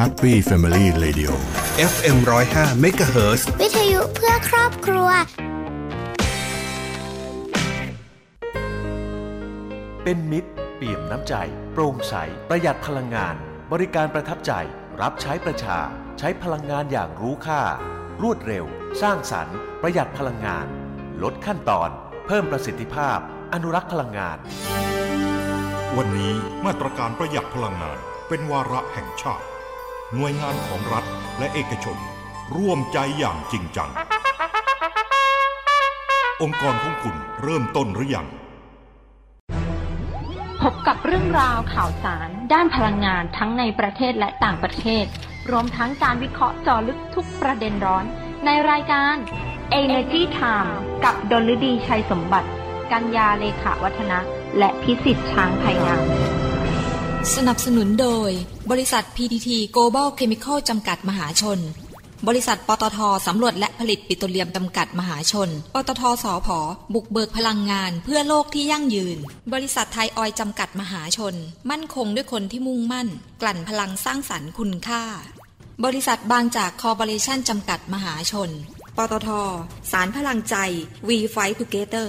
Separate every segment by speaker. Speaker 1: Happy Family Radio
Speaker 2: FM 105 m h z
Speaker 3: วิทยุเพื่อครอบครัว
Speaker 4: เป็นมิตร เปี่ยมน้ำใจ โปร่งใส ประหยัดพลังงาน บริการประทับใจ รับใช้ประชา ใช้พลังงานอย่างรู้ค่า รวดเร็ว สร้างสรรค์ ประหยัดพลังงาน ลดขั้นตอน เพิ่มประสิทธิภาพ อนุรักษ์พลังงาน
Speaker 5: วันนี้มาตรการประหยัดพลังงาน เป็นวาระแห่งชาติ หน่วยงานของรัฐและเอกชน ร่วมใจอย่างจริงจัง องค์กรของคุณเริ่มต้นหรือยัง
Speaker 6: พบกับเรื่องราวข่าวสารด้านพลังงานทั้งในประเทศและต่างประเทศ รวมทั้งการวิเคราะห์เจอลึกทุกประเด็นร้อน ในรายการ Energy Time กับดลฤดีชัยสมบัติ กัญญาเลขาวัฒนะ และพิสิทธิ์ช้างภัยงาม
Speaker 7: สนับสนุนโดย บริษัท PTT Global Chemical จำกัดมหาชน บริษัทปตทสำรวจและผลิตปิโตรเลียมจำกัดมหาชน ปตทสอพอบุกเบิกพลังงานเพื่อโลกที่ยั่งยืน บริษัทไทยออยล์จำกัดมหาชน มั่นคงด้วยคนที่มุ่งมั่น กลั่นพลังสร้างสรรค์คุณค่า บริษัทบางจากคอร์ปอเรชั่นจำกัดมหาชน ปตท สารพลังใจ We Fight Together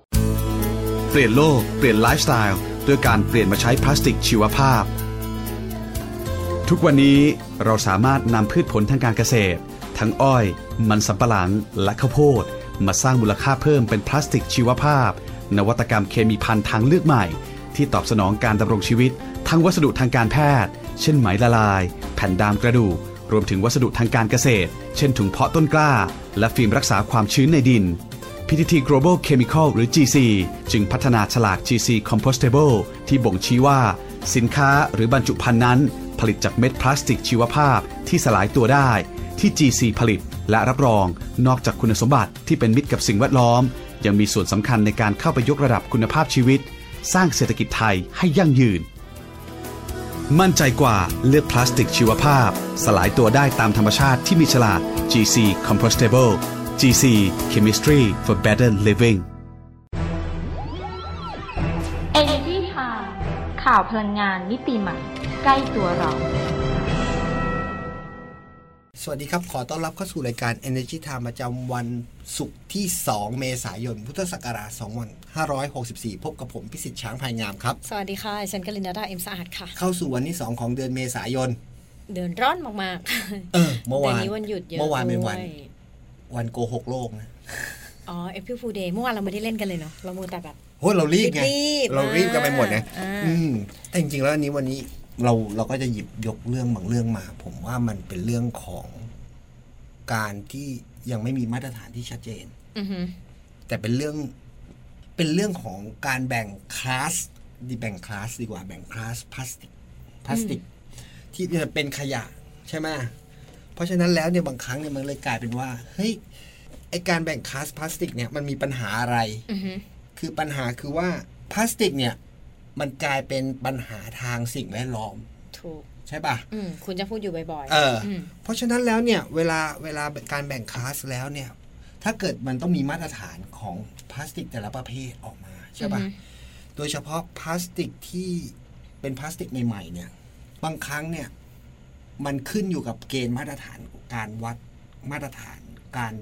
Speaker 2: เปลี่ยนโลก เปลี่ยนไลฟ์สไตล์ด้วยการเปลี่ยนมาใช้พลาสติกชีวภาพ ทุกวันนี้เราสามารถนำพืชผลทางการเกษตร ทั้งอ้อย มันสำปะหลัง และข้าวโพด มาสร้างมูลค่าเพิ่มเป็นพลาสติกชีวภาพ นวัตกรรมเคมีพันธุ์ทางเลือกใหม่ ที่ตอบสนองการดำรงชีวิต ทั้งวัสดุทางการแพทย์ เช่นไหมละลาย แผ่นดามกระดูก รวมถึงวัสดุทางการเกษตร เช่นถุงเพาะต้นกล้า และฟิล์มรักษาความชื้นในดิน PTT Global Chemical หรือ GC จึงพัฒนาฉลาก GC Compostable ที่บ่งชี้ว่า สินค้าหรือบรรจุภัณฑ์นั้น ผลิตจากเม็ดพลาสติกชีวภาพที่สลายตัวได้ ที่ GC ผลิตและรับรองนอกจากคุณสมบัติที่เป็นมิตรกับสิ่งแวดล้อม ยังมีส่วนสำคัญในการเข้าไปยกระดับคุณภาพชีวิต สร้างเศรษฐกิจไทยให้ยั่งยืน มั่นใจกว่าเลือกพลาสติกชีวภาพ สลายตัวได้ตามธรรมชาติที่มีฉลาก GC Compostable GC Chemistry for Better Living
Speaker 6: Energy Time ข่าวพลังงานมิติใหม่ ใกล้ตัวเรา
Speaker 8: สวัสดีครับ ขอต้อนรับเข้าสู่รายการ Energy Time ประจำวันศุกร์ที่ 2 เมษายน พุทธศักราช2564 พบกับผมพิสิทธิ์ช้างภายงามครับ
Speaker 9: สวัสดีค่ะฉันกลินดาดาเอ็มสะอาดค่ะ
Speaker 8: เข้าสู่วันที่ 2 ของเดือนเมษายน
Speaker 9: เดินร้อนมาก
Speaker 8: เออ
Speaker 9: ๆ
Speaker 8: เมื่อวาน
Speaker 9: ดืนี้วันหยุดเยอะ
Speaker 8: เมื่อวานเป็นวัน
Speaker 9: ด้วย
Speaker 8: วันโกหกโลกนะ
Speaker 9: อ๋อเอพิฟูเดย์เมื่อวานเราไม่ได้เล่นกันเลยเนาะเรามูแต่แบบ
Speaker 8: โหเรารีบไง
Speaker 9: รีบๆ
Speaker 8: เรารีบกันไปหมดนะ
Speaker 9: อ่า
Speaker 8: อืมแต่จริงๆแล้วอันนี้วันนี้เราเราก็จะหยิบยกเรื่องบางเรื่องมา ผมว่ามันเป็นเรื่องของการที่ยังไม่มีมาตรฐานที่ชัดเจน
Speaker 9: อือหือ
Speaker 8: แต่เป็นเรื่องเป็นเรื่องของการแบ่งคลาสดีแบ่งคลาสดีกว่าแบ่งคลาสพลาสติกพลาสติก ที่จะเป็นขยะใช่ไหมเพราะฉะนั้นแล้วเนี่ยบางครั้งเนี่ยมันเลยกลายเป็นว่าเฮ้ยไอการแบ่งคลาสพลาสติกเนี่ยมันมีปัญหาอะไร
Speaker 9: อือหือ
Speaker 8: คือปัญหาคือว่าพลาสติกเนี่ยมันกลายเป็นปัญหาทางสิ่งแวดล้อม
Speaker 9: ถูก
Speaker 8: ใช่ปะ
Speaker 9: อืมคุณจะพูดอยู่บ่อยๆ
Speaker 8: เออ
Speaker 9: ม
Speaker 8: เพราะฉะนั้นแล้วเนี่ยเวลาเวลาการแบ่งคลาสแล้วเนี่ย ถ้าเกิดมันต้องมีมาตรฐานของพลาสติกแต่ละประเภทออกมาใช่ปะโดยเฉพาะพลาสติกที่เป็นพลาสติกใหม่ๆเนี่ย บางครั้งเนี่ย มันขึ้นอยู่กับเกณฑ์มาตรฐานการวัดมาตรฐานการ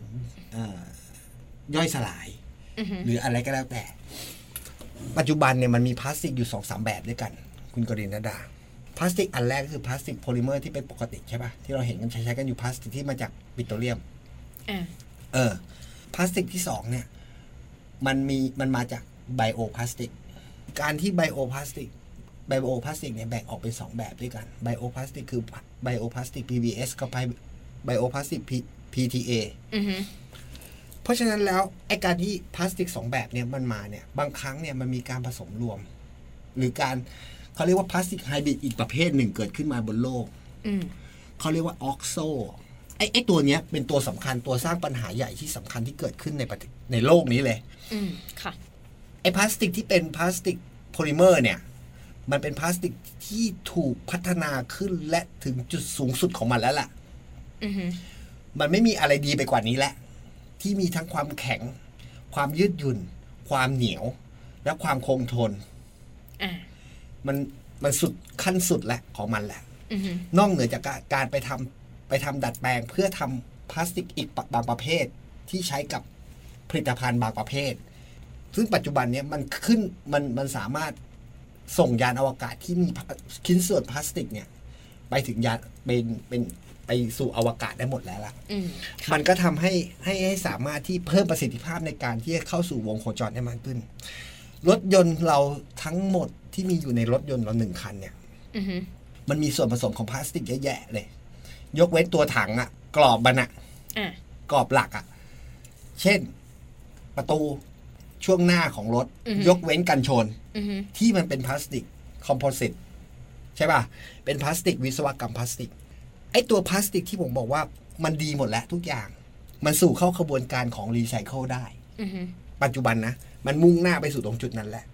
Speaker 8: เอ่อย่อยสลาย
Speaker 9: อือหือ
Speaker 8: หรืออะไรก็แล้วแต่ ปัจจุบันเนี่ยมันมีพลาสติกอยู่สองสามแบบด้วยกัน คุณกรินดาพลาสติกอันแรกก็คือพลาสติกโพลิเมอร์ที่เป็นปกติใช่ปะ่ะที่เราเห็นกันใช้ใช้กันอยู่พลาสติกที่มาจากปิโตรเลียม
Speaker 9: อ่ะ
Speaker 8: เออพลาสติกที่สองเนี่ย มันมีมันมาจากไบโอพลาสติก การที่ไบโอพลาสติกไบโอพลาสติกเนี่ยแบ่งออกเป็นสองแบบด้วยกันไบโอพลาสติกคือไบโอพลาสติก PBS กับไบโอพลาสติก P- PTA
Speaker 9: อือหือ
Speaker 8: เพราะฉะนั้นแล้วไอการที่พลาสติกสองแบบเนี่ยมันมาเนี่ยบางครั้งเนี่ยมันมีการผสมรวม หรือการเขาเรียกว่าพลาสติกไฮบริดอีกประเภทหนึ่งเกิดขึ้นมาบนโลก
Speaker 9: อืม
Speaker 8: เขาเรียกว่าออกโซไอ้ไอ้ตัวเนี้ยเป็นตัวสำคัญตัวสร้างปัญหาใหญ่ที่สำคัญที่เกิดขึ้นในประเทศในโลกนี้เลย
Speaker 9: อืม ค่ะ
Speaker 8: ไอ้พลาสติกที่เป็นพลาสติกโพลิเมอร์เนี่ย มันเป็นพลาสติกที่ถูกพัฒนาขึ้นและถึงจุดสูงสุดของมันแล้วล่ะ
Speaker 9: อือหือ
Speaker 8: มันไม่มีอะไรดีไปกว่านี้แล้วที่มีทั้งความแข็ง ความยืดหยุ่น ความเหนียว และความคงทน
Speaker 9: อ่า
Speaker 8: มันมันสุดขั้นสุดแล้วของมันแหละ
Speaker 9: อือหือน
Speaker 8: อกเหนือจากการการไปทำไปทำดัดแปลงเพื่อทำพลาสติกอีกบางประเภทที่ใช้กับผลิตภัณฑ์บางประเภท ซึ่งปัจจุบันเนี้ยมันขึ้นมันมันสามารถส่งยานอวกาศที่มีพลาชิ้นส่วนพลาสติกเนี่ยไปถึงยานเป็นเป็นไปสู่อวกาศได้หมดแล้วล่ะ
Speaker 9: อืม
Speaker 8: มันก็ทำให้ให้ให้สามารถที่เพิ่มประสิทธิภาพในการที่จะเข้าสู่วงโคจรได้มากขึ้น รถยนต์เราทั้งหมดที่มีอยู่ในรถยนต์เราหนึ่งคันเนี่ย
Speaker 9: อือหือ
Speaker 8: มันมีส่วนผสมของพลาสติกเยอะแยะเลย ยกเว้นตัวถังอะกรอบมันอะ
Speaker 9: อ่า
Speaker 8: กรอบหลักอะเช่น ประตูช่วงหน้าของรถ
Speaker 9: อือฮึ
Speaker 8: ยกเว้นกันชน
Speaker 9: อือหือ
Speaker 8: ที่มันเป็นพลาสติกคอมโพสิตใช่ป่ะ เป็นพลาสติกวิศวกรรมพลาสติก ไอตัวพลาสติกที่ผมบอกว่ามันดีหมดแล้วทุกอย่าง มันสู่เข้าขบวนการของรีไซเคิลได้
Speaker 9: อือหือ
Speaker 8: ปัจจุบันนะ มันมุ่งหน้าไปสู่ตรงจุดนั้นแหละ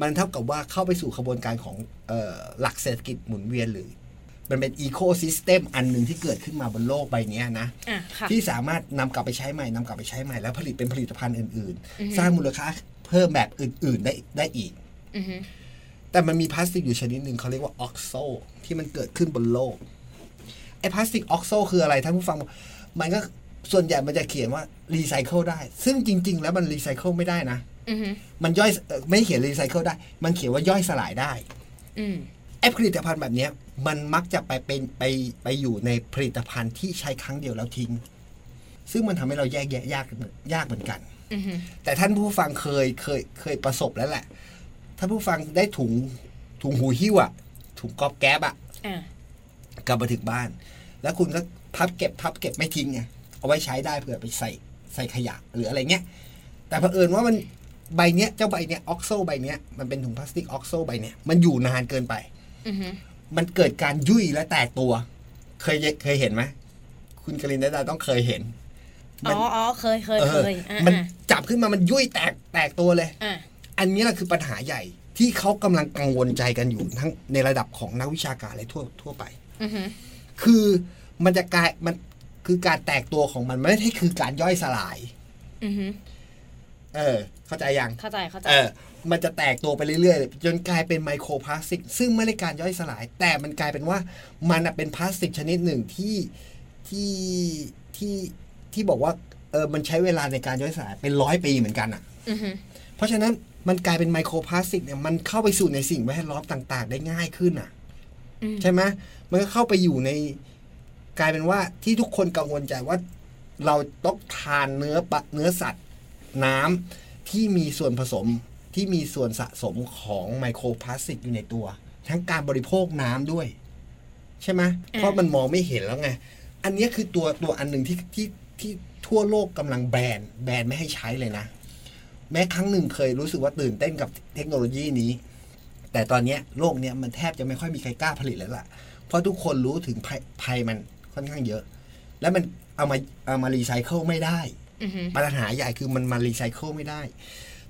Speaker 8: มันเท่ากับว่าเข้าไปสู่ขบวนการของเออหลักเศรษฐกิจหมุนเวียนหรือ มันเป็นอีโคซิสเต็มอันหนึ่งที่เกิดขึ้นมาบนโลกใบเนี้ยนะ
Speaker 9: อ่า ค่ะ
Speaker 8: ที่สามารถนำกลับไปใช้ใหม่นำกลับไปใช้ใหม่แล้วผลิตเป็นผลิตภัณฑ์อื่น ๆ สร้างมูลค่าเพิ่มแบบอื่น ๆ ได้ได้อีก
Speaker 9: อือหือ
Speaker 8: แต่มันมีพลาสติกอยู่ชนิดหนึ่งเขาเรียกว่าออกโซที่มันเกิดขึ้นบนโลกไอ้พลาสติกออกโซคืออะไรท่านผู้ฟังบอกมันก็ส่วนใหญ่มันจะเขียนว่ารีไซเคิลได้ ซึ่งจริง ๆ แล้วมันรีไซเคิลไม่ได้นะ
Speaker 9: อือหือ
Speaker 8: มันย่อยเอ่อไม่เขียนรีไซเคิลได้ มันเขียนว่าย่อยสลายได้
Speaker 9: อืม
Speaker 8: ไอ้ผลิตภัณฑ์แบบเนี้ยมันมักจะไปเป็นไปไปอยู่ในผลิตภัณฑ์ที่ใช้ครั้งเดียวแล้วทิ้ง ซึ่งมันทำให้เราแยกแยะยากยากเหมือนกัน
Speaker 9: อือหือ
Speaker 8: แต่ท่านผู้ฟังเคยเคยเคยประสบแล้วแหละท่านผู้ฟังได้ถุงถุงหูหิ้วอะถุงก๊อบแก๊บอะ
Speaker 9: อ่า
Speaker 8: กลับมาถึงบ้าน แล้วคุณก็พับเก็บพับเก็บไม่ทิ้งไงเอาไว้ใช้ได้เผื่อไปใส่ใส่ขยะหรืออะไรเงี้ย แต่เผอิญว่ามันใบเนี้ยเจ้าใบเนี้ยออกโซใบเนี้ยมันเป็นถุงพลาสติกออกโซใบเนี้ยมันอยู่นานเกินไป
Speaker 9: อือหือ
Speaker 8: มันเกิดการยุ่ยและแตกตัว เคยเคยเห็นไหมคุณกลินดาต้องเคยเห็น
Speaker 9: อ๋ออ๋อเคย เคย
Speaker 8: เอ
Speaker 9: เค
Speaker 8: อย
Speaker 9: อ่า
Speaker 8: มันจับขึ้นมามันยุ่ยแตกแตกตัวเลย
Speaker 9: อ่า
Speaker 8: อันนี้แหละคือปัญหาใหญ่ที่เขากำลังกังวลใจกันอยู่ทั้งในระดับของนักวิชาการและทั่วทั่วไป
Speaker 9: อือหือ
Speaker 8: คือมันจะกลายมันคือการแตกตัวของมันไม่ใช่คือการย่อยสลาย
Speaker 9: อือหือ
Speaker 8: เออ เข้าใจยัง
Speaker 9: เข้าใจ เข้าใจ
Speaker 8: เออ มันจะแตกตัวไปเรื่อยๆ จนกลายเป็นไมโครพลาสติก ซึ่งไม่ได้การย่อยสลาย แต่มันกลายเป็นว่ามันน่ะเป็นพลาสติกชนิดหนึ่งที่ที่ที่ที่บอกว่าเออมันใช้เวลาในการย่อยสลายเป็นร้อยปีเหมือนกันอ่ะ
Speaker 9: อือหือ
Speaker 8: เพราะฉะนั้นมันกลายเป็นไมโครพลาสติกเนี่ยมันเข้าไปสู่ในสิ่งแวดล้อมต่าง ๆ ได้ง่ายขึ้นอ่ะ
Speaker 9: อืม
Speaker 8: ใช่ไหมมันก็เข้าไปอยู่ในกลายเป็นว่าที่ทุกคนกังวลใจว่า เราต้องทานเนื้อปะเนื้อสัตว์น้ำที่มีส่วนผสมที่มีส่วนสะสมของไมโครพลาสติกอยู่ในตัว ทั้งการบริโภคน้ำด้วย ใช่ไหมเพราะมันมองไม่เห็นแล้วไง อันเนี้ยคือตัวตัวอันหนึ่งที่ที่ที่ทั่วโลกกำลังแบนแบนไม่ให้ใช้เลยนะ แม้ครั้งหนึ่งเคยรู้สึกว่าตื่นเต้นกับเทคโนโลยีนี้ แต่ตอนเนี้ยโลกเนี้ยมันแทบจะไม่ค่อยมีใครกล้าผลิตแล้วล่ะ เพราะทุกคนรู้ถึงภัยภัยมันค่อนข้างเยอะ และมันเอามาเอามารีไซเคิลไม่ได้
Speaker 9: อือหือ
Speaker 8: ปัญหาใหญ่คือมันมารีไซเคิลไม่ได้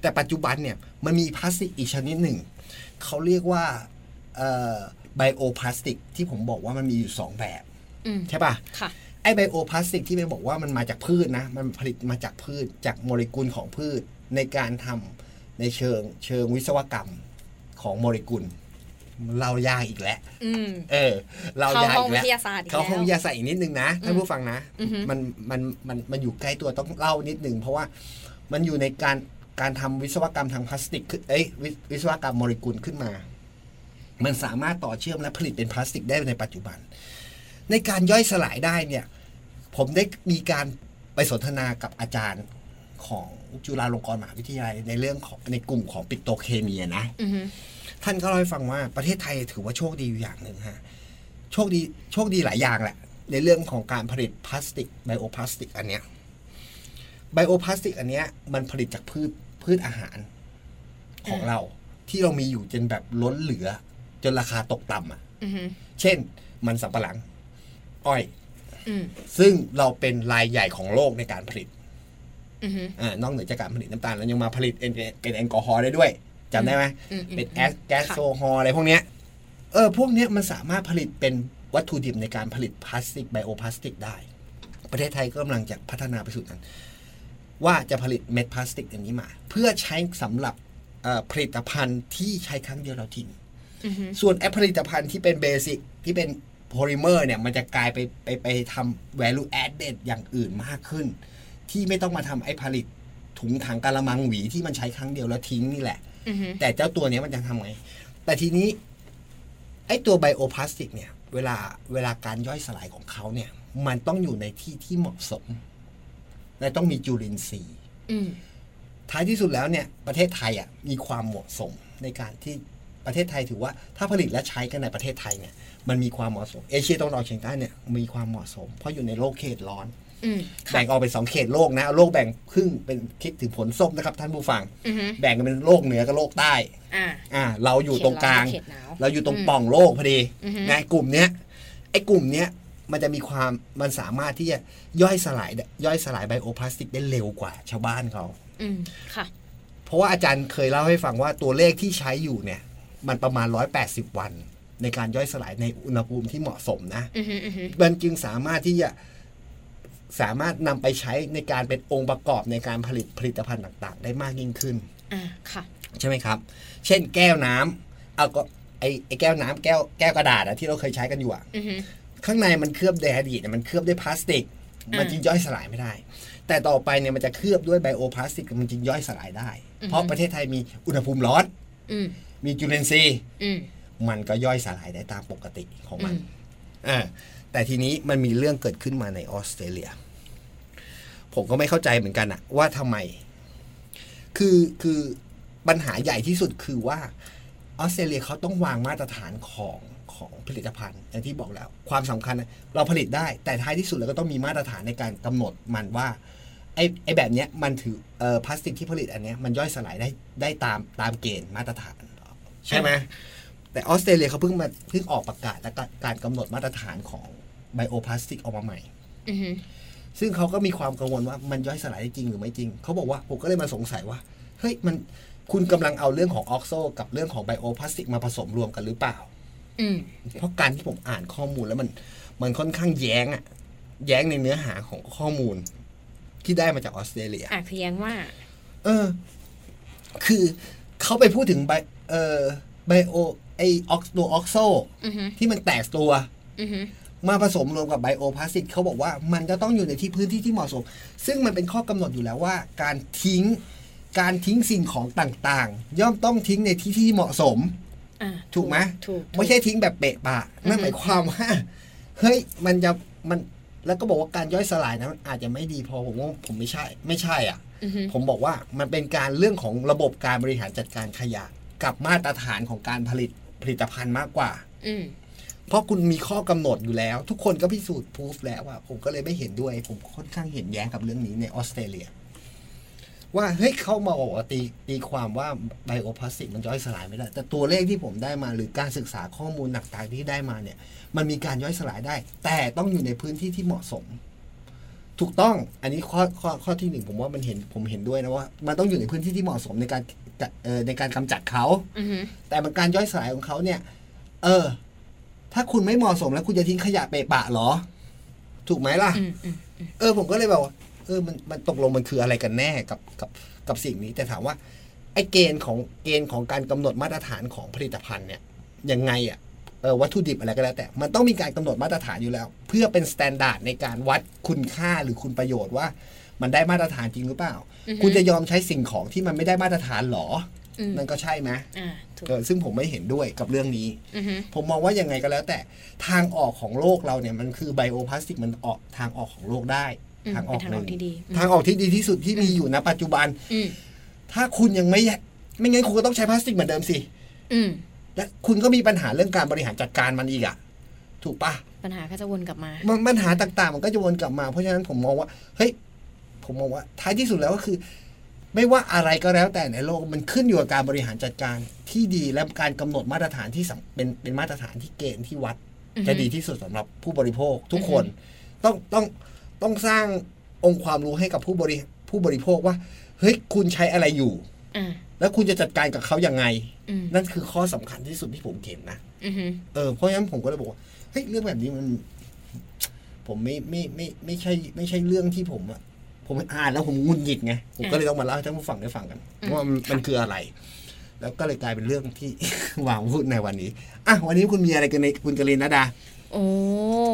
Speaker 8: แต่ปัจจุบันเนี่ยมันมีพลาสติกอีกชนิดหนึ่ง เขาเรียกว่าไบโอพลาสติกที่ผมบอกว่ามันมีอยู่สองแบบ
Speaker 9: อืม
Speaker 8: ใช่ป่ะ
Speaker 9: ค่ะ
Speaker 8: ไอไบโอพลาสติกที่ไปบอกว่ามันมาจากพืชนะ มันผลิตมาจากพืชจากโมเลกุลของพืชในการทำในเชิงเชิงวิศวกรรมของโมเลกุล เรายากอีกแล้ว
Speaker 9: อืม
Speaker 8: เออ เรายาก
Speaker 9: เข้าห้อ
Speaker 8: อี
Speaker 9: ง
Speaker 8: ก
Speaker 9: วิ
Speaker 8: แล้ว
Speaker 9: ทยาศาสตร์อีกแล้ว
Speaker 8: เขาห้องวิทยาศาสตร์อีกนิดนึงนะท่านผู้ฟังนะ
Speaker 9: อือฮึ
Speaker 8: มันมันมันมันอยู่ใกล้ตัวต้องเล่านิดนึงเพราะว่ามันอยู่ในการการทำวิศวกรรมทางพลาสติกคือเอ้ยวิวิศวกรรมโมเลกุลขึ้นมา มันสามารถต่อเชื่อมและผลิตเป็นพลาสติกได้ในปัจจุบัน ในการย่อยสลายได้เนี่ย ผมได้มีการไปสนทนากับอาจารย์ของจุฬาลงกรณ์มหาวิทยาลัยในเรื่องของในกลุ่มของปิโตรเคมีอะนะ
Speaker 9: อือหือ
Speaker 8: ท่านก็เล่าให้ฟังว่าประเทศไทยถือว่าโชคดีอยู่อย่างหนึ่งฮะ โชคดีโชคดีหลายอย่างแหละ ในเรื่องของการผลิตพลาสติกไบโอพลาสติกอันเนี้ย ไบโอพลาสติกอันเนี้ยมันผลิตจากพืชพืชอาหารของเรา ที่เรามีอยู่จนแบบล้นเหลือ จนราคาตกต่ำอ่ะ
Speaker 1: อือหือ
Speaker 8: เช่น มันสำปะหลัง อ้อย
Speaker 1: อืม
Speaker 8: ซึ่งเราเป็นรายใหญ่ของโลกในการผลิต
Speaker 1: อือหือ
Speaker 8: อานอกเหนือจากการผลิตน้ำตาลแล้วยังมาผลิตเป็นเป็นแอลกอฮอล์ได้ด้วยจำได้ไหม
Speaker 1: อืมอืม
Speaker 8: เป็น
Speaker 1: อืม
Speaker 8: แอสแก๊ส
Speaker 1: ค่ะ
Speaker 8: โซฮอล์อะไรพวกเนี้ยเออ พวกเนี้ยมันสามารถผลิตเป็นวัตถุดิบในการผลิตพลาสติกไบโอพลาสติกได้ ประเทศไทยก็กำลังจะพัฒนาไปสู่นั้น ว่าจะผลิตเม็ดพลาสติกอันนี้มา เพื่อใช้สำหรับเอ่อผลิตภัณฑ์ที่ใช้ครั้งเดียวเราทิ้ง
Speaker 1: อือหือ
Speaker 8: ส่วนแอปผลิตภัณฑ์ที่เป็นเบสิกที่เป็นโพลิเมอร์เนี่ย มันจะกลายไปไปไปทำ value added อย่างอื่นมากขึ้น ที่ไม่ต้องมาทำไอ้ผลิตถุงถังกะละมังหวีที่มันใช้ครั้งเดียวแล้วทิ้งนี่แหละ
Speaker 1: อือหือ
Speaker 8: แต่เจ้าตัวเนี้ยมันจะทำไง แต่ทีนี้ ไอ้ตัวไบโอพลาสติกเนี่ย เวลาเวลาการย่อยสลายของเขาเนี่ย มันต้องอยู่ในที่ที่เหมาะสม และต้องมีจุลินทรีย์
Speaker 1: อืม
Speaker 8: ท้ายที่สุดแล้วเนี่ยประเทศไทยอ่ะมีความเหมาะสมในการที่ประเทศไทยถือว่าถ้าผลิตและใช้กันในประเทศไทยเนี่ยมันมีความเหมาะสม เอเชียตะวันออกเฉียงใต้เนี่ยมีความเหมาะสม เพราะอยู่ในโลกเขตร้อน
Speaker 1: อืม
Speaker 8: แบ่งออกเป็นสองเขตโลกนะเอาโลกแบ่งครึ่งเป็นคิดถึงผลส้มนะครับท่านผู้ฟัง
Speaker 1: อือหือ
Speaker 8: แบ่งกันเป็นโลกเหนือกับโลกใต้
Speaker 1: อ่า
Speaker 8: อ่าเราอยู่ตรงกลาง
Speaker 1: เขตร้อนกับเขตหนาว
Speaker 8: เราอยู่ตรง
Speaker 1: อืม
Speaker 8: ป่องโลกพอดี
Speaker 1: อือฮึ
Speaker 8: ไงกลุ่มเนี้ยไอ้กลุ่มเนี้ยมันจะมีความมันสามารถที่จะย่อยสลายย่อยสลายไบโอพลาสติกได้เร็วกว่าชาวบ้านเขา
Speaker 1: อืมค่ะ
Speaker 8: เพราะว่าอาจารย์เคยเล่าให้ฟังว่าตัวเลขที่ใช้อยู่เนี่ย มันประมาณ 180 วัน ในการย่อยสลายในอุณหภูมิที่เหมาะสมนะ
Speaker 1: อือหืออือหือ
Speaker 8: มันจึงสามารถที่จะสามารถนำไปใช้ในการเป็นองค์ประกอบในการผลิตผลิตภัณฑ์ต่าง ๆ ได้มากยิ่งขึ้น
Speaker 1: อ่าค่ะ
Speaker 8: ใช่ไหมครับ เช่นแก้วน้ำเอาก็ไอไอแก้วน้ำแก้วแก้วกระดาษอะที่เราเคยใช้กันอยู่อะ
Speaker 1: อือหือ
Speaker 8: ข้างในมันเคลือบไดอะดีดเนี่ยมันเคลือบด้วยพลาสติก มันจึงย่อยสลายไม่ได้ แต่ต่อไปเนี่ยมันจะเคลือบด้วยไบโอพลาสติกมันจึงย่อยสลายได้
Speaker 1: อือฮึ
Speaker 8: เพราะประเทศไทยมีอุณหภูมิร้อน
Speaker 1: อืม
Speaker 8: มีจุลินทรีย์
Speaker 1: อืม
Speaker 8: มันก็ย่อยสลายได้ตามปกติของ
Speaker 1: อื
Speaker 8: มัน
Speaker 1: ม
Speaker 8: เออแต่ทีนี้มันมีเรื่องเกิดขึ้นมาในออสเตรเลีย ผมก็ไม่เข้าใจเหมือนกันอะว่าทำไม คือคือปัญหาใหญ่ที่สุดคือว่าออสเตรเลียเขาต้องวางมาตรฐานของของผลิตภัณฑ์อย่างที่บอกแล้ว ความสำคัญนะเราผลิตได้ แต่ท้ายที่สุดเราก็ต้องมีมาตรฐานในการกำหนดมันว่าไอ้ไอ้แบบเนี้ยมันถือเอ่อพลาสติกที่ผลิตอันเนี้ยมันย่อยสลายได้ได้ตามตามเกณฑ์มาตรฐาน ใช่ไหมแต่ออสเตรเลียเขาเพิ่งมาเพิ่งออกประกาศและก็การกำหนดมาตรฐานของไบโอพลาสติกออกมาใหม่
Speaker 1: อือหือ
Speaker 8: ซึ่งเขาก็มีความกังวลว่ามันย่อยสลายได้จริงหรือไม่จริง เขาบอกว่าผมก็เลยมาสงสัยว่า เฮ้ย มันคุณกำลังเอาเรื่องของออกโซกับเรื่องของไบโอพลาสติกมาผสมรวมกันหรือเปล่า
Speaker 1: อืม
Speaker 8: เพราะการที่ผมอ่านข้อมูลแล้วมันมันค่อนข้างแย้งอะแย้งในเนื้อหาของข้อมูล ที่ได้มาจากออสเตรเลีย
Speaker 1: อ่ะคือยังว่า
Speaker 8: เออ คือเขาไปพูดถึงไบเออไบโอไอออกตัวออกโซ
Speaker 1: อือหือ
Speaker 8: ที่มันแตกตัว
Speaker 1: อือหือ
Speaker 8: มาผสมรวมกับไบโอพลาสติกเขาบอกว่ามันจะต้องอยู่ในที่พื้นที่ที่เหมาะสม ซึ่งมันเป็นข้อกำหนดอยู่แล้วว่า การทิ้งการทิ้งสิ่งของต่างๆ ย่อมต้องทิ้งในที่ที่เหมาะสม
Speaker 1: อ่า
Speaker 8: ถูกไหม
Speaker 1: ถูกถูก
Speaker 8: ไม่ใช่ทิ้งแบบเปะปะนั่นหมายความว่า เฮ้ยมันจะมันแล้วก็บอกว่าการย่อยสลายนะมันอาจจะไม่ดีพอผมว่าผมไม่ใช่ ไม่ใช่อ่ะ
Speaker 1: อือฮึ
Speaker 8: ผมบอกว่ามันเป็นการเรื่องของระบบการบริหารจัดการขยะ กับมาตรฐานของการผลิตผลิตภัณฑ์มากกว่า
Speaker 1: อืม
Speaker 8: เพราะคุณมีข้อกำหนดอยู่แล้ว ทุกคนก็พิสูจน์พูฟแล้วว่าผมก็เลยไม่เห็นด้วย ผมค่อนข้างเห็นแย้งกับเรื่องนี้ในออสเตรเลีย ว่าเฮ้ยเขามาบอกว่าตีตีความว่าไบโอพลาสติกมันย่อยสลายไม่ได้ แต่ตัวเลขที่ผมได้มาหรือการศึกษาข้อมูลต่างๆที่ได้มาเนี่ย มันมีการย่อยสลายได้ แต่ต้องอยู่ในพื้นที่ที่เหมาะสม ถูกต้องอันนี้ข้อข้อข้อที่หนึ่งผมว่ามันเห็นผมเห็นด้วยนะว่า มันต้องอยู่ในพื้นที่ที่เหมาะสมในการจัดเอ่อในการกำจัดเขา
Speaker 1: อือหือ
Speaker 8: แต่มันการย่อยสลายของเขาเนี่ย เออ ถ้าคุณไม่เหมาะสมแล้วคุณจะทิ้งขยะเปะปะเหรอ ถูกไหมล่ะ
Speaker 1: อืมอืม
Speaker 8: เออผมก็เลยแบบว่าเออมันมันตกลงมันคืออะไรกันแน่กับกับกับสิ่งนี้ แต่ถามว่า ไอ้เกณฑ์ของเกณฑ์ของการกำหนดมาตรฐานของผลิตภัณฑ์เนี่ยยังไงอะ่ะเออวัตถุดิบอะไรก็แล้วแต่ มันต้องมีการกำหนดมาตรฐานอยู่แล้ว เพื่อเป็นสแตนดาร์ดในการวัดคุณค่าหรือคุณประโยชน์ว่า มันได้มาตรฐานจริงหรือเปล่า คุณจะยอมใช้สิ่งของที่มันไม่ได้มาตรฐานเหรอ
Speaker 1: อืม
Speaker 8: นั่นก็ใช่ไหม
Speaker 1: อ่าถูก
Speaker 8: เออซึ่งผมไม่เห็นด้วยกับเรื่องนี้
Speaker 1: อือหือ
Speaker 8: ผมมองว่ายังไงก็แล้ว แต่ทางออกของโลกเราเนี่ยมันคือไบโอพลาสติกมันออกทางออกของโลกได้
Speaker 1: อืมเป็นทางออกที่ดี
Speaker 8: ทางออกที่ดีที่สุดที่มีอยู่ณปัจจุบัน
Speaker 1: อืม
Speaker 8: ถ้าคุณยังไม่ไม่งั้นคุณก็ต้องใช้พลาสติกเหมือนเดิมสิ
Speaker 1: อืม
Speaker 8: และคุณก็มีปัญหาเรื่องการบริหารจัดการมันอีกอะถูกปะ
Speaker 1: ปัญหาก็จะวนกลับมา
Speaker 8: มันปัญหาต่างๆ มันก็จะวนกลับมาเพราะฉะนั้นผมมองว่าเฮ้ยผ ผมมองว่าท้ายที่สุดแล้วก็คือ ไม่ว่าอะไรก็แล้วแต่ในโลกมันขึ้นอยู่กับการบริหารจัดการที่ดีและการกำหนดมาตรฐานที่สำเป็นเป็นมาตรฐานที่เกณฑ์ที่วัด จะดีที่สุดสำหรับผู้บริโภคทุกคนต้องต้องต้องสร้างองค์ความรู้ให้กับผู้บริผู้บริโภคว่าเฮ้ยคุณใช้อะไรอยู่
Speaker 1: อ่า
Speaker 8: แล้วคุณจะจัดการกับเขาอย่างไง
Speaker 1: อืม
Speaker 8: นั่นคือข้อสำคัญที่สุดที่ผมเห็นนะ
Speaker 1: อือฮึ
Speaker 8: เออเพราะฉะนั้นผมก็เลยบอกว่าเฮ้ยเรื่องแบบนี้มัน ผมไม่ไม่ไม่ไม่ใช่ ไม่ใช่เรื่องที่ผมอะผมอ่านแล้วผมหงุนหงิดไงผมก็เลยต้องมาเล่าให้ท่านผู้ฟังได้ฟังกันว่ามันมันคืออะไร แล้วก็เลยกลายเป็นเรื่องที่ วางพูดในวันนี้อ่ะวันนี้คุณมีอะไรกันในคุณกลินนะดา
Speaker 1: โอ้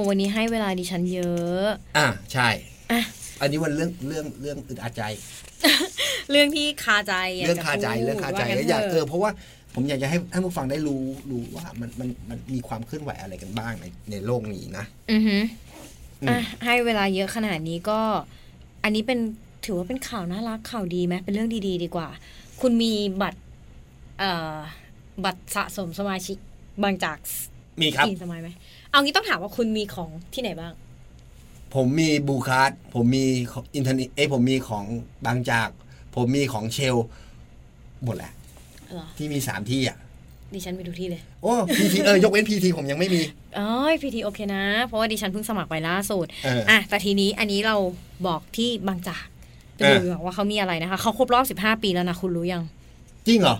Speaker 1: วันนี้ให้เวลาดิฉันเยอะ
Speaker 8: อ่ะใช่
Speaker 1: อ่ะ
Speaker 8: อันนี้วันเรื่องเรื่องเรื่องอึดอัดใจ
Speaker 1: เรื่องที่คาใจยก
Speaker 8: เรื่อง
Speaker 1: จะ
Speaker 8: คาใจ
Speaker 1: พูด
Speaker 8: เรื่องคาใจ
Speaker 1: ว่น
Speaker 8: ก็อยาก
Speaker 1: ถะ
Speaker 8: เออเพราะว่าผมอยากจะให้ท่านผู้ฟังได้รู้รู้ว่ามันมันมันมีความเคลื่อนไหวอะไรกันบ้างในในโลกนี้นะ
Speaker 1: อือฮึ
Speaker 8: อืม
Speaker 1: อ่ะให้เวลาเยอะขนาดนี้ก็ อันนี้เป็นถือว่าเป็นข่าวน่ารักข่าวดีไหมเป็นเรื่องดีๆ ดีกว่า คุณมีบัตรเอ่อบัตรสะสมสมาชิกบางจาก
Speaker 8: มีครับ
Speaker 1: กี่สมัยไหมเอางี้ต้องถามว่าคุณมีของที่ไหนบ้าง
Speaker 8: ผมมีบูคาร์ดผมมีของอินเทอร์เน็ตเอยผมมีของบางจาก ผมมีของเชล หมดแหละ
Speaker 1: เหรอ
Speaker 8: ที่มีสามที่อ่ะ
Speaker 1: ดิฉันมีทุกที่เลย
Speaker 8: โอ้พีทีเออ ยกเว้นพีทีผมยังไม่มี
Speaker 1: อ๋อพีทีโอเคนะ เพราะว่าดิฉันเพิ่งสมัครไปล่าสุด
Speaker 8: เอออ่
Speaker 1: อ่ะแต่ทีนี้อันนี้เราบอกที่บางจากไปดู
Speaker 8: เออ
Speaker 1: ดีกว่าว่าเขามีอะไรนะคะ เขาครบรอบ 15 ปีแล้วนะ คุณรู้ยัง
Speaker 8: จริงเหรอ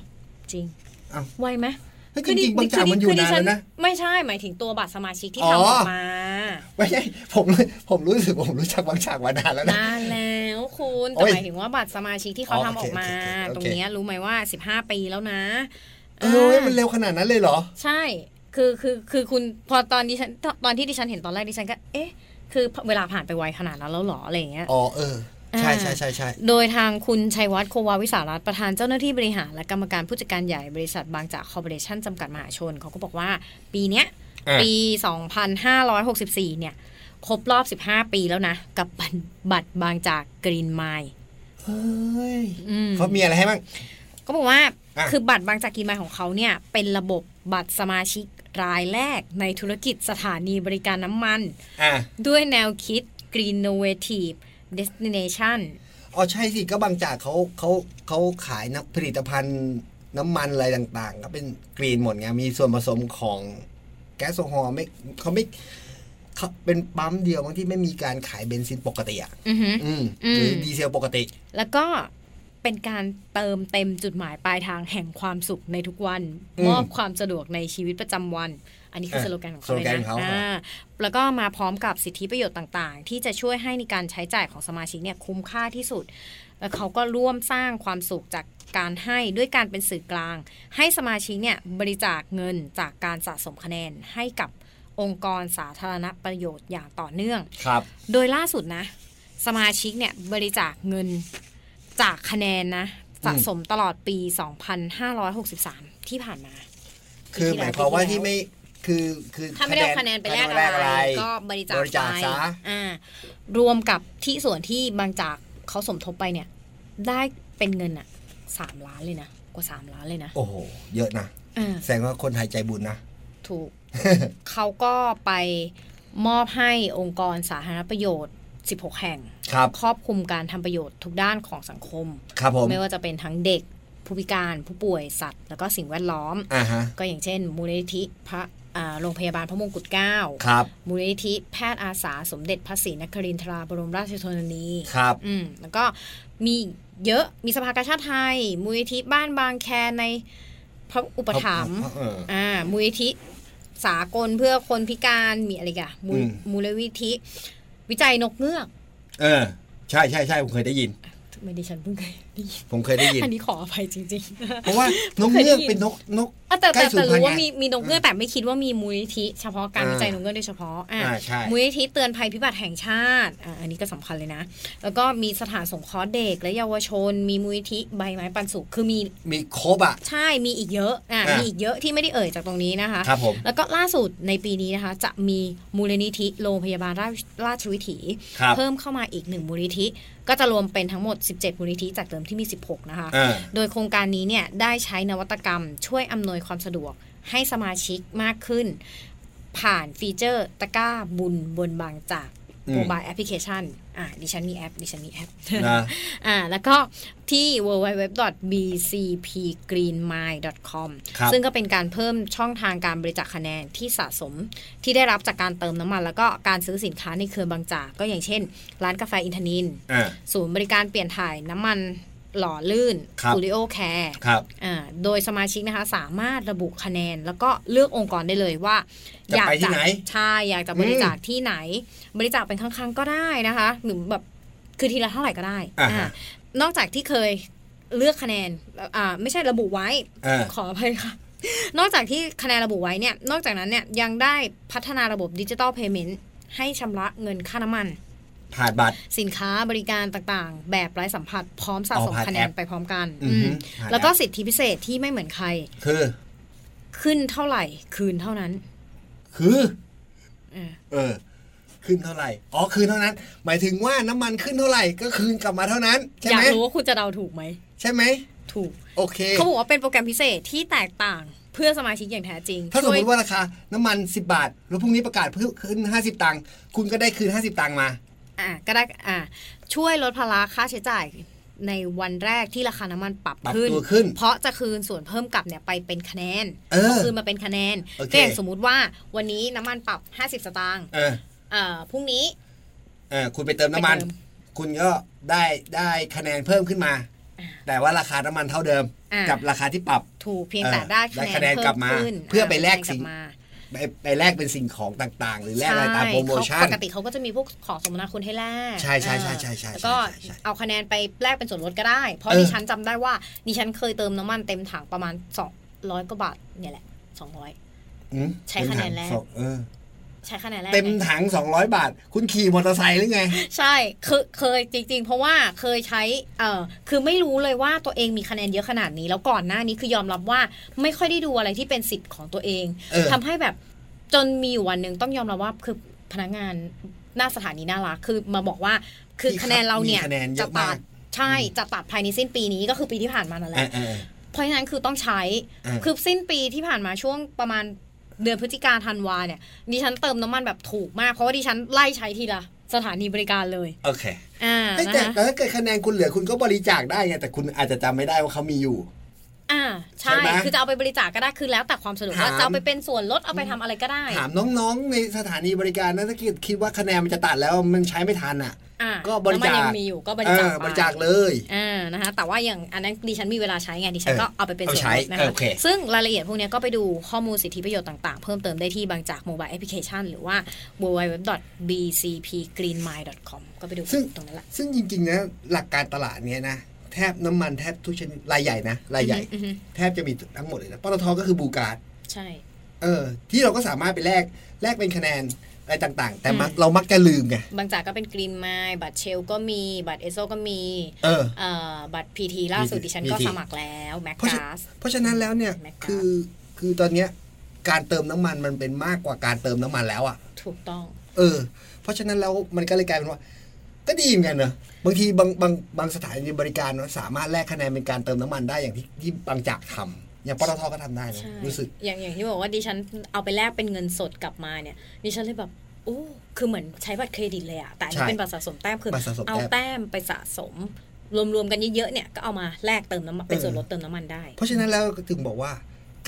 Speaker 1: จริง
Speaker 8: เอ้า
Speaker 1: ไวไหม
Speaker 8: เฮ้ยจริงๆบางจากมันอยู่นานแล้วนะ
Speaker 1: ไม่ใช่ หมายถึงตัวบัตรสมาชิกที่
Speaker 8: อ๋อ
Speaker 1: ทำออกมา
Speaker 8: ไม่ใช่ผมเลยผมรู้สึกผมรู้จักบางจากมานานแล้วนะ
Speaker 1: นานแล้วคุณ
Speaker 8: โอ้
Speaker 1: แต่
Speaker 8: ย
Speaker 1: หมายถึงว่าบัตรสมาชิกที่เขา
Speaker 8: อ๋อ
Speaker 1: ทำอ
Speaker 8: โอ
Speaker 1: อ
Speaker 8: เค
Speaker 1: กมา
Speaker 8: โอเคโอเค
Speaker 1: ตรงเนี้ยรู้ไหมว่า 15 ปีแล้วนะ
Speaker 8: เออเว้ย
Speaker 1: า
Speaker 8: มันเร็วขนาดนั้นเลยเหรอ
Speaker 1: ใช่ คือคือคือคุณพอตอนดิฉันตอนที่ดิฉันเห็นตอนแรกดิฉันก็ เอ๊ะ คือเวลาผ่านไปไวขนาดนั้นแล้วเหรออะไรอย่างเงี้ย
Speaker 8: อ๋อเออ ใช่
Speaker 1: อ่า
Speaker 8: ใช่ใช่ใช่
Speaker 1: โดยทางคุณชัยวัฒน์โควาวิสารัตน์ประธานเจ้าหน้าที่บริหารและกรรมการผู้จัดการใหญ่บริษัทบางจากคอร์ปอเรชั่นจำกัดมหาชน เขาก็บอกว่าปีเนี้ย
Speaker 8: อ่ะ
Speaker 1: ปี 2564 เนี่ย ครบรอบ 15 ปีแล้วนะ กับบัตรบัตรบางจากกรีนไมล์
Speaker 8: เฮ้ย
Speaker 1: อืม
Speaker 8: เขามีอะไรให้บ้าง
Speaker 1: ก็บอกว่า
Speaker 8: อ่ะ
Speaker 1: คือบัตรบางจากกินมาของเขาเนี่ย เป็นระบบบัตรสมาชิกรายแรกในธุรกิจสถานีบริการน้ำมัน
Speaker 8: อ่ะ
Speaker 1: ด้วยแนวคิด Green Innovative Destination
Speaker 8: อ๋อใช่สิก็บางจากเขาเขาเขาขายนะผลิตภัณฑ์น้ำมันอะไรต่างๆ ก็เป็นกรีนหมดไงมีส่วนผสมของแก๊สโซฮอล์ไม่เขาไม่เขาเป็นปั๊มเดียวบางที่ไม่มีการขายเบนซินปกติอ่ะ
Speaker 1: อือหือ
Speaker 8: อืม
Speaker 1: อืม
Speaker 8: หรือดีเซลปกติ
Speaker 1: แล้วก็เป็นการเติมเต็มจุดหมายปลายทางแห่งความสุขในทุกวัน
Speaker 8: อืม
Speaker 1: มอบความสะดวกในชีวิตประจำวัน อันนี้คือ
Speaker 8: เออ
Speaker 1: สโลแกนของเขา
Speaker 8: ส
Speaker 1: เล
Speaker 8: โล
Speaker 1: ย
Speaker 8: แกน
Speaker 1: นะ
Speaker 8: เขา
Speaker 1: อ่าแล้วก็มาพร้อมกับสิทธิประโยชน์ต่างๆ ที่จะช่วยให้ในการใช้จ่ายของสมาชิกเนี่ยคุ้มค่าที่สุด แล้วเขาก็ร่วมสร้างความสุขจากการให้ด้วยการเป็นสื่อกลาง ให้สมาชิกเนี่ยบริจาคเงินจากการสะสมคะแนนให้กับองค์กรสาธารณประโยชน์อย่างต่อเนื่อง
Speaker 8: ครับ
Speaker 1: โดยล่าสุดนะ สมาชิกเนี่ยบริจาคเงินจากคะแนนนะสะสมตลอดปี 2563 ที่ผ่านมา
Speaker 8: คือหมายความว่าที่ไม่คือคือ
Speaker 1: ถ้าไม่ได้เอาคะแนนไปแลก
Speaker 8: ม่
Speaker 1: อะ
Speaker 8: ด้
Speaker 1: ไร
Speaker 8: เาคะแนนป
Speaker 1: ก็บริจาค
Speaker 8: บริจาค
Speaker 1: ไป
Speaker 8: ซะ
Speaker 1: อ่ารวมกับที่ส่วนที่บางจากเขาสมทบไปเนี่ย ได้เป็นเงินอะสามล้านเลยนะ กว่าสามล้านเลยนะ
Speaker 8: โอ้โห เยอะนะ
Speaker 1: อ่า
Speaker 8: แสดงว่าคนไทยใจบุญนะ
Speaker 1: ถู ก เขาก็ไปมอบให้องค์กรสาธารณประโยชน์ 16 แห่ง
Speaker 8: ครับ
Speaker 1: ครอบคลุมการทำประโยชน์ทุกด้านของสังคม
Speaker 8: ครับผม
Speaker 1: ไม่ว่าจะเป็นทั้งเด็ก ผู้พิการผู้ป่วยสัตว์ แล้วก็สิ่งแวดล้อม
Speaker 8: อ่าฮะ
Speaker 1: ก็อย่างเช่น มูลนิธิพระอ่าโรงพยาบาลพระมงกุฎเกล้า
Speaker 8: ครับ
Speaker 1: มูลนิธิแพทย์อาสาสมเด็จพระศรีนครินทราบรมราชชนนี
Speaker 8: ครับ
Speaker 1: อืมแล้วก็มีเยอะมีสภากาชาติไทย มูลนิธิบ้านบางแคในพระอุปถัมภ์
Speaker 8: เออ
Speaker 1: อ่ามูลนิธิสากลเพื่อคนพิการมีอะไรอีกันมูล
Speaker 8: อืม
Speaker 1: มูลนิธิวิจัยนกเงือก
Speaker 8: เออ ใช่ใช่ใช่ผมเคยได้ยิน
Speaker 1: ไม่ดิฉันเพิ่งเคยได้ยิน
Speaker 8: ผมเคยได้ยิน
Speaker 1: อันนี้ขออภัยจริงๆ
Speaker 8: เพราะว่านก
Speaker 1: เคย
Speaker 8: เงื
Speaker 1: ได้
Speaker 8: อก
Speaker 1: ยิน
Speaker 8: เป็นนกนก
Speaker 1: อ่ะแต่
Speaker 8: ใกล้
Speaker 1: แต่
Speaker 8: สู
Speaker 1: แต่
Speaker 8: ญพันธุ์
Speaker 1: รู้ว่า
Speaker 8: ไง
Speaker 1: มีมีนกเงือกแต่ไม่คิดว่ามีมูลนิธิเฉพาะการ
Speaker 8: อ่า
Speaker 1: วิจัยนกเงือกโดยเฉพาะอ่ะ
Speaker 8: อ่าใช่
Speaker 1: มูลนิธิเตือนภัยพิบัติแห่งชาติอ่ะอันนี้ก็สำคัญเลยนะ แล้วก็มีสถานสงเคราะห์เด็กและเยาวชน มีมูลนิธิใบไม้ปันสุขคือมี
Speaker 8: มีครบอ่ะ
Speaker 1: ใช่ มีอีกเยอะ อ่ะ
Speaker 8: อ่ะ
Speaker 1: มีอีกเยอะที่ไม่ได้เอ่ยจากตรงนี้นะคะ
Speaker 8: ครับผม
Speaker 1: แล้วก็ล่าสุดในปีนี้นะคะ จะมีมูลนิธิโรงพยาบาลราชราชวิถี
Speaker 8: ครับ
Speaker 1: เพิ่มเข้ามาอีกหนึ่งมูลนิธิ ก็จะรวมเป็นทั้งหมด 17 มูลนิธิจากเดิมที่มี 16 นะคะ
Speaker 8: อ่า
Speaker 1: โดยโครงการนี้เนี่ยได้ใช้นวัตกรรม ช่วยอำนวยความสะดวกให้สมาชิกมากขึ้น ผ่านฟีเจอร์ตะกร้าบุญบนบางจาก
Speaker 8: อืม
Speaker 1: โมบายแอปพลิเคชันอ่ะดิฉันมีแอปดิฉันมีแอป
Speaker 8: นะ
Speaker 1: อ่าแล้วก็ที่ www.bcpgreenmile.com
Speaker 8: ครับ
Speaker 1: ซึ่งก็เป็นการเพิ่มช่องทางการบริจาคคะแนนที่สะสมที่ได้รับจากการเติมน้ำมัน แล้วก็การซื้อสินค้าในเครือบางจาก ก็อย่างเช่น ร้านกาแฟอินทนิน
Speaker 8: อ่า
Speaker 1: ศูนย์บริการเปลี่ยนถ่ายน้ำมันหล่อลื่น
Speaker 8: ครับ
Speaker 1: ริโอแคร์
Speaker 8: ครับ
Speaker 1: อ่าโดยสมาชิกนะคะสามารถระบุคะแนน แล้วก็เลือกองค์กรได้เลยว่า
Speaker 8: จะไปที่ไหน
Speaker 1: ใช่อยากจะบริจาคที่ไหน บริจาคเป็นครั้งๆก็ได้นะคะ หรือแบบคือทีละเท่าไหร่ก็ได้
Speaker 8: อ่าฮะ
Speaker 1: อ่านอกจากที่เคยเลือกคะแนนอ่าไม่ใช่ระบุไว้
Speaker 8: อ่า
Speaker 1: ขออภัยค่ะ นอกจากที่คะแนนระบุไว้เนี่ย นอกจากนั้นเนี่ยยังได้พัฒนาระบบดิจิ t a ลเพย์เมนต์ให้ชำระเงินค่าน้ำมัน
Speaker 8: ผ่านบัตร
Speaker 1: สินค้าบริการต่างๆ แบบไร้สัมผัสพร้อมสะสม
Speaker 8: อ๋อผ่าน
Speaker 1: คะแนน
Speaker 8: แอป
Speaker 1: ไปพร้อมกัน
Speaker 8: อือหือ
Speaker 1: ม
Speaker 8: ผ่าน
Speaker 1: แล้วก็
Speaker 8: แอป
Speaker 1: สิทธิพิเศษที่ไม่เหมือนใคร
Speaker 8: คือ
Speaker 1: ขึ้นเท่าไหร่คืนเท่านั้น
Speaker 8: คือ
Speaker 1: เออ
Speaker 8: เออ ขึ้นเท่าไหร่ อ๋อ คืนเท่านั้น หมายถึงว่าน้ำมันขึ้นเท่าไหร่ ก็คืนกลับมาเท่านั้น ใช่
Speaker 1: อยา
Speaker 8: ไหม
Speaker 1: กรู้ว่าคุณจะเดาถูกไหม
Speaker 8: ใช่ไหม
Speaker 1: ถูก
Speaker 8: โอเค
Speaker 1: เขาบอกว่าเป็นโปรแกรมพิเศษที่แตกต่างเพื่อสมาชิกอย่างแท้จริง
Speaker 8: ถ้าสม
Speaker 1: ช่ว
Speaker 8: ม
Speaker 1: ย
Speaker 8: ติว่าราคา น้ำมัน 10 บาท แล้วพรุ่งนี้ประกาศเพิ่มขึ้น 50 ตังค์ คุณก็ได้คืน 50 ตังค์มา
Speaker 1: อ่ะก็ได้อ่ะช่วยลดภาระค่าใช้จ่ายในวันแรกที่ราคาน้ำมันปรับ
Speaker 8: ปรับ
Speaker 1: ขึ้น
Speaker 8: ตัวขึ้น
Speaker 1: เพราะจะคืนส่วนเพิ่มกลับเนี่ยไปเป็นคะแนน
Speaker 8: เออ
Speaker 1: คืนมาเป็นคะแนน
Speaker 8: โอเค
Speaker 1: ก็อย่างสมมุติว่าวันนี้น้ำมันปรับ 50 สตางค์
Speaker 8: เออ
Speaker 1: เอ่อพรุ่งนี้
Speaker 8: เออ คุณไปเติมน้ำมัน
Speaker 1: ไปเติม
Speaker 8: คุณก็ได้ได้คะแนนเพิ่มขึ้นมา แต่ว่าราคาน้ำมันเท่าเดิม
Speaker 1: อ่ากั
Speaker 8: กับราคาที่ปรับ
Speaker 1: ถูกเพียง
Speaker 8: เออ
Speaker 1: แต่ได้
Speaker 8: ได้
Speaker 1: คะ
Speaker 8: คะ
Speaker 1: แน
Speaker 8: แนน
Speaker 1: นเพิ่
Speaker 8: กลั
Speaker 1: ม
Speaker 8: บมา
Speaker 1: ขึ้น
Speaker 8: เพื่อไปแลกสิ่ง
Speaker 1: เออได้คะแนนลับมา
Speaker 8: ไปไปแลกเป็นสิ่งของต่างๆ หรือแลกอะไรตามโปรโมชั่น
Speaker 1: ใเขาปกติเขาก็จะมีพวกของสมนาคุณให้แลก
Speaker 8: ใช่ใช่ใช่ใช่ใช่
Speaker 1: แล้วก็
Speaker 8: ใช่ใช่
Speaker 1: เอาคะแนนไปแลกเป็นส่วนลดก็ได้ เพราะ
Speaker 8: เออ
Speaker 1: ดิฉันจำได้ว่าดิฉันเคยเติมน้ำมันเต็มถังประมาณ 200กว่าบาทเนี่ยแหละ 200
Speaker 8: อืม
Speaker 1: ใช้คะแนนแลก
Speaker 8: เต็มถังสองเออ
Speaker 1: ใช้คะแนนแลก
Speaker 8: เต็ม
Speaker 1: ไง
Speaker 8: ถัง 200 บาท คุณขี่มอเตอร์ไซค์หรือไง
Speaker 1: ใช่เคยเคยจริง ๆ เพราะว่าเคยใช้เออคือไม่รู้เลยว่าตัวเองมีคะแนนเยอะขนาดนี้ แล้วก่อนหน้านี้คือยอมรับว่าไม่ค่อยได้ดูอะไรที่เป็นสิทธิ์ของตัวเอง
Speaker 8: เออ
Speaker 1: ทำให้แบบจนมีอยู่วันหนึ่งต้องยอมรับว่าคือพนักงานหน้าสถานีน่ารักคือมาบอกว่าคือคะแนนเราเนี่ย
Speaker 8: มีคะแนนเย
Speaker 1: จะ
Speaker 8: อะ
Speaker 1: ตั
Speaker 8: มาก
Speaker 1: ดใช่ จะตัดภายในสิ้นปีนี้ก็คือปีที่ผ่านมานั่นแห
Speaker 8: เอ
Speaker 1: ละ
Speaker 8: อเออ
Speaker 1: เพราะฉะนั้นคือต้องใช้
Speaker 8: อ่า
Speaker 1: คือสิ้นปีที่ผ่านมาช่วงประมาณเดือนพฤศจิกาธันวาเนี่ย ดิฉันเติมน้ำมันแบบถูกมาก เพราะว่าดิฉันไล่ใช้ทีละสถานีบริการเลย
Speaker 8: โอเค
Speaker 1: อ่า
Speaker 8: เฮ้ย
Speaker 1: นะ
Speaker 8: แต่
Speaker 1: คะ
Speaker 8: แต่ถ้าเกิดคะแนนคุณเหลือคุณก็บริจาคได้ไงแต่คุณอาจจะจำไม่ได้ว่าเขามีอยู่
Speaker 1: อ่า ใช่
Speaker 8: ใช่ไหม
Speaker 1: คือจะเอาไปบริจาคก็ได้ คือแล้วแต่ความสะดวกว่า
Speaker 8: ถาม
Speaker 1: จะเอาไปเป็นส่วนลด เอาไปทำอะไรก็ได้
Speaker 8: ถามน้องๆ ในสถานีบริการนะถ้าคิดคิดว่าคะแนนมันจะตัดแล้วมันใช้ไม่ทันอ่ะ
Speaker 1: อ่า
Speaker 8: ก็บริจาค
Speaker 1: น้ำมันยังมีอยู่ก็บริจาค
Speaker 8: เออ
Speaker 1: ไป
Speaker 8: บริจาคเลย
Speaker 1: อ่านะคะ แต่ว่าอย่างอันนั้นดิฉันมีเวลาใช้ไงดิฉันก็
Speaker 8: เออ
Speaker 1: เอาไปเป็นส่วนลดนะ
Speaker 8: เอาใช้เอ
Speaker 1: คะ
Speaker 8: อโอเค
Speaker 1: ซึ่งรายละเอียดพวกเนี้ยก็ไปดูข้อมูลสิทธิประโยชน์ต่างๆ เพิ่มเติมได้ที่บางจากโมบายแอปพลิเคชันหรือว่า www.bcpgreenmile.com ก็ไปดู
Speaker 8: ซึ่ง
Speaker 1: ตรงนั้นแหละ
Speaker 8: ซึ่งจริงๆนะหลักการตลาดเนี้ยนะแทบน้ำมันแทบทุกชนิดรายใหญ่นะรายใหญ่
Speaker 1: อือฮึอือฮึ
Speaker 8: แทบจะมีทั้งหมดเลยนะปตทก็คือบูการ์ด
Speaker 1: ใช่
Speaker 8: เออที่เราก็สามารถไปแลกแลกเป็นคะแนนอะไรต่างๆ แต่มัก
Speaker 1: อืม
Speaker 8: เรามักจะลืมไง
Speaker 1: บางจากก็เป็นกรีนไมล์บัตรเชลก็มีบัตรเอโซก็มี
Speaker 8: เออ
Speaker 1: เอ่อบัตรพีทีล่าสุดดิฉันก็
Speaker 8: PT
Speaker 1: สมัครแล้วแม็ก
Speaker 8: เพราะ
Speaker 1: กา
Speaker 8: ฉะ
Speaker 1: ส
Speaker 8: เพราะฉะนั้นแล้วเนี่ย
Speaker 1: แม็กกา
Speaker 8: คือคือตอนเนี้ยการเติมน้ำมันมันเป็นมากกว่าการเติมน้ำมันแล้วอ่ะ
Speaker 1: ถูกต้อง
Speaker 8: เออ เพราะฉะนั้นแล้วมันก็เลยกลายเป็นว่า ก็ดีเหมือนกันเนอะบางทีบางบางบางสถานีบริการมันสามารถแลกคะแนนเป็นการเติมน้ำมันได้อย่างที่ที่บางจากทำอย่างปตทก็ทำได้นะ
Speaker 1: ใช่
Speaker 8: รู้สึก
Speaker 1: อย่างอย่างที่บอกว่าดิฉันเอาไปแลกเป็นเงินสดกลับมาเนี่ยดิฉันเลยแบบโอ้คือเหมือนใช้บัตรเครดิตเลยอะแต่อันนี้
Speaker 8: ใช่
Speaker 1: เป็นบัตรสะสมแต้มคือ
Speaker 8: บัตรสะสมแต้ม
Speaker 1: เอาแต้มไปสะสม รวมๆกันเยอะๆเนี่ยก็เอามาแลกเติมน้ำมันเป็นส่วนลดเติมน้ำมันได้
Speaker 8: เพราะฉะนั้นแล้วก็ถึงบอกว่า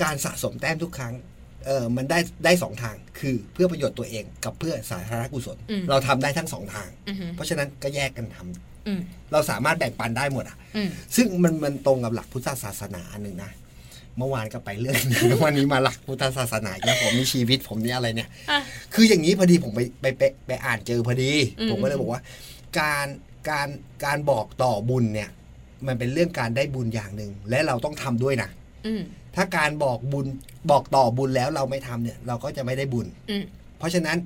Speaker 8: การสะสมแต้มทุกครั้งเออมันได้ได้สองทางคือเพื่อประโยชน์ตัวเองกับเพื่อสาธารณกุศล
Speaker 1: อืม
Speaker 8: เราทำได้ทั้งสองทาง
Speaker 1: อือหือ
Speaker 8: เพราะฉะนั้นก็แยกกันทำ
Speaker 1: อืม
Speaker 8: เราสามารถแบ่งปันได้หมดอ่ะ
Speaker 1: อืม
Speaker 8: ซึ่งมันมันตรงกับหลักพุทธศาสนาอันหนึ่งนะ เมื่อวานก็ไปเรื่อง นี้วันนี้มาหลักพุทธศาสนาอีกแล้วผมมีชีวิตผมเนี่ยอะไรเนี่ย
Speaker 1: อ่ะ
Speaker 8: คืออย่างนี้พอดีผมไปไปไปไปอ่านเจอพอดี
Speaker 1: อืม
Speaker 8: ผมก็เลยบอกว่า การการการบอกต่อบุญเนี่ย มันเป็นเรื่องการได้บุญอย่างหนึ่งและเราต้องทำด้วยนะ
Speaker 1: อืม
Speaker 8: ถ้าการบอกบุญบอกต่อบุญแล้วเราไม่ทำเนี่ย เราก็จะไม่ได้บุญ
Speaker 1: อืม
Speaker 8: เพราะฉะนั้น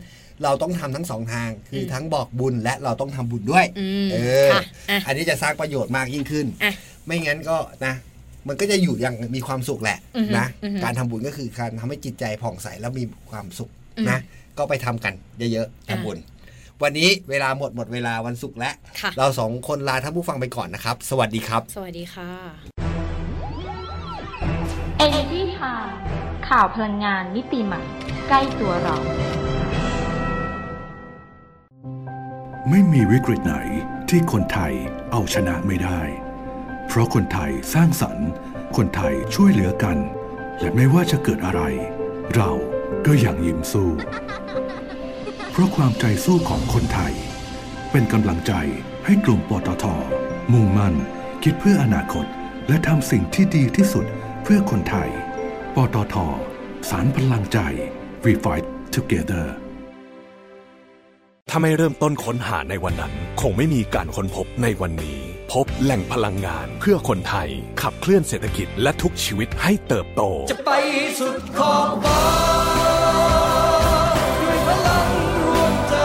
Speaker 8: เราต้องทำทั้งสองทาง คืออ
Speaker 1: ม
Speaker 8: ทั้งบอกบุญและเราต้องทำบุญด้วย
Speaker 1: อืม
Speaker 8: เออ
Speaker 1: ค่ะอ่ะ
Speaker 8: อันนี้จะสร้างประโยชน์มากยิ่งขึ้น
Speaker 1: อ่ะ
Speaker 8: ไม่งั้นก็นะ มันก็จะอยู่อย่างมีความสุขแหละ
Speaker 1: อือฮึ
Speaker 8: นะ
Speaker 1: อือฮึ
Speaker 8: การทำบุญก็คือการทำให้จิตใจผ่องใสแล้วมีความสุข
Speaker 1: อืม
Speaker 8: นะ ก็ไปทำกันเยอะๆ
Speaker 1: อ่ะ
Speaker 8: ทำบุญ วันนี้เวลาหมดหมดเวลาวันศุกร์แล้ว
Speaker 1: ค่ะ
Speaker 8: เราสองคนลาท่านผู้ฟังไปก่อนนะครับ สวัสดีครับ
Speaker 1: สวัสดีค่ะ
Speaker 6: Energy Time ข่าวพลังงานมิติใหม่ ใกล้ตัวเรา
Speaker 2: ไม่มีวิกฤตไหนที่คนไทยเอาชนะไม่ได้ เพราะคนไทยสร้างสรรค์ คนไทยช่วยเหลือกัน และไม่ว่าจะเกิดอะไร เราก็ยังยิ้มสู้ เพราะความใจสู้ของคนไทย เป็นกำลังใจให้กลุ่มปตท มุ่งมั่น คิดเพื่ออนาคต และทำสิ่งที่ดีที่สุดเพื่อคนไทย ปตท สารพลังใจ We Fight Together
Speaker 10: ถ้าไม่เริ่มต้นค้นหาในวันนั้น คงไม่มีการค้นพบในวันนี้ พบแหล่งพลังงานเพื่อคนไทย ขับเคลื่อนเศรษฐกิจและทุกชีวิตให้เติบโต
Speaker 11: จะไปสุดขอบฟ้าด้วยพลังรวมใจ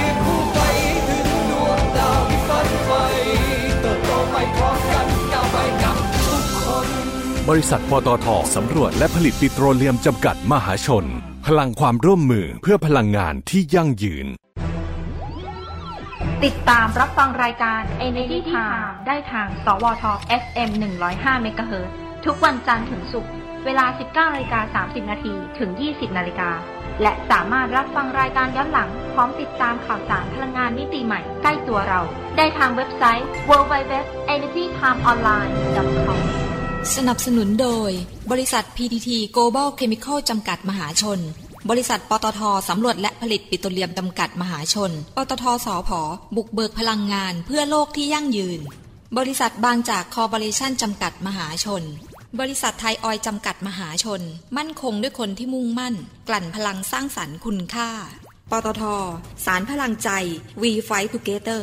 Speaker 11: คือผู้ไปถึงดวงดาวที่ฝันไฟเติบโตไปพร้อมกันก้าวไปกับทุกคน
Speaker 10: บริษัทปตทสำรวจและผลิตปิโตรเลียมจำกัดมหาชน พลังความร่วมมือเพื่อพลังงานที่ยั่งยืน
Speaker 6: ติดตามรับฟังรายการ Energy Time ได้ทาง สวท FM 105 m h z ทุกวันจันทร์ถึงศุกร์ เวลา 19นาฬิกา30 นาทีถึง 20นาฬิกา และสามารถรับฟังรายการย้อนหลัง พร้อมติดตามข่าวสารพลังงานมิติใหม่ใกล้ตัวเรา ได้ทางเว็บไซต์ www.energytimeonline.com
Speaker 7: สนับสนุนโดย บริษัท PTT Global Chemical จำกัดมหาชน บริษัทปตทสำรวจและผลิตปิโตรเลียมจำกัดมหาชน ปตทสอพอบุกเบิกพลังงานเพื่อโลกที่ยั่งยืน บริษัทบางจากคอร์ปอเรชั่นจำกัดมหาชน บริษัทไทยออยล์จำกัดมหาชน มั่นคงด้วยคนที่มุ่งมั่น กลั่นพลังสร้างสรรค์คุณค่า ปตท สารพลังใจ We Fight Together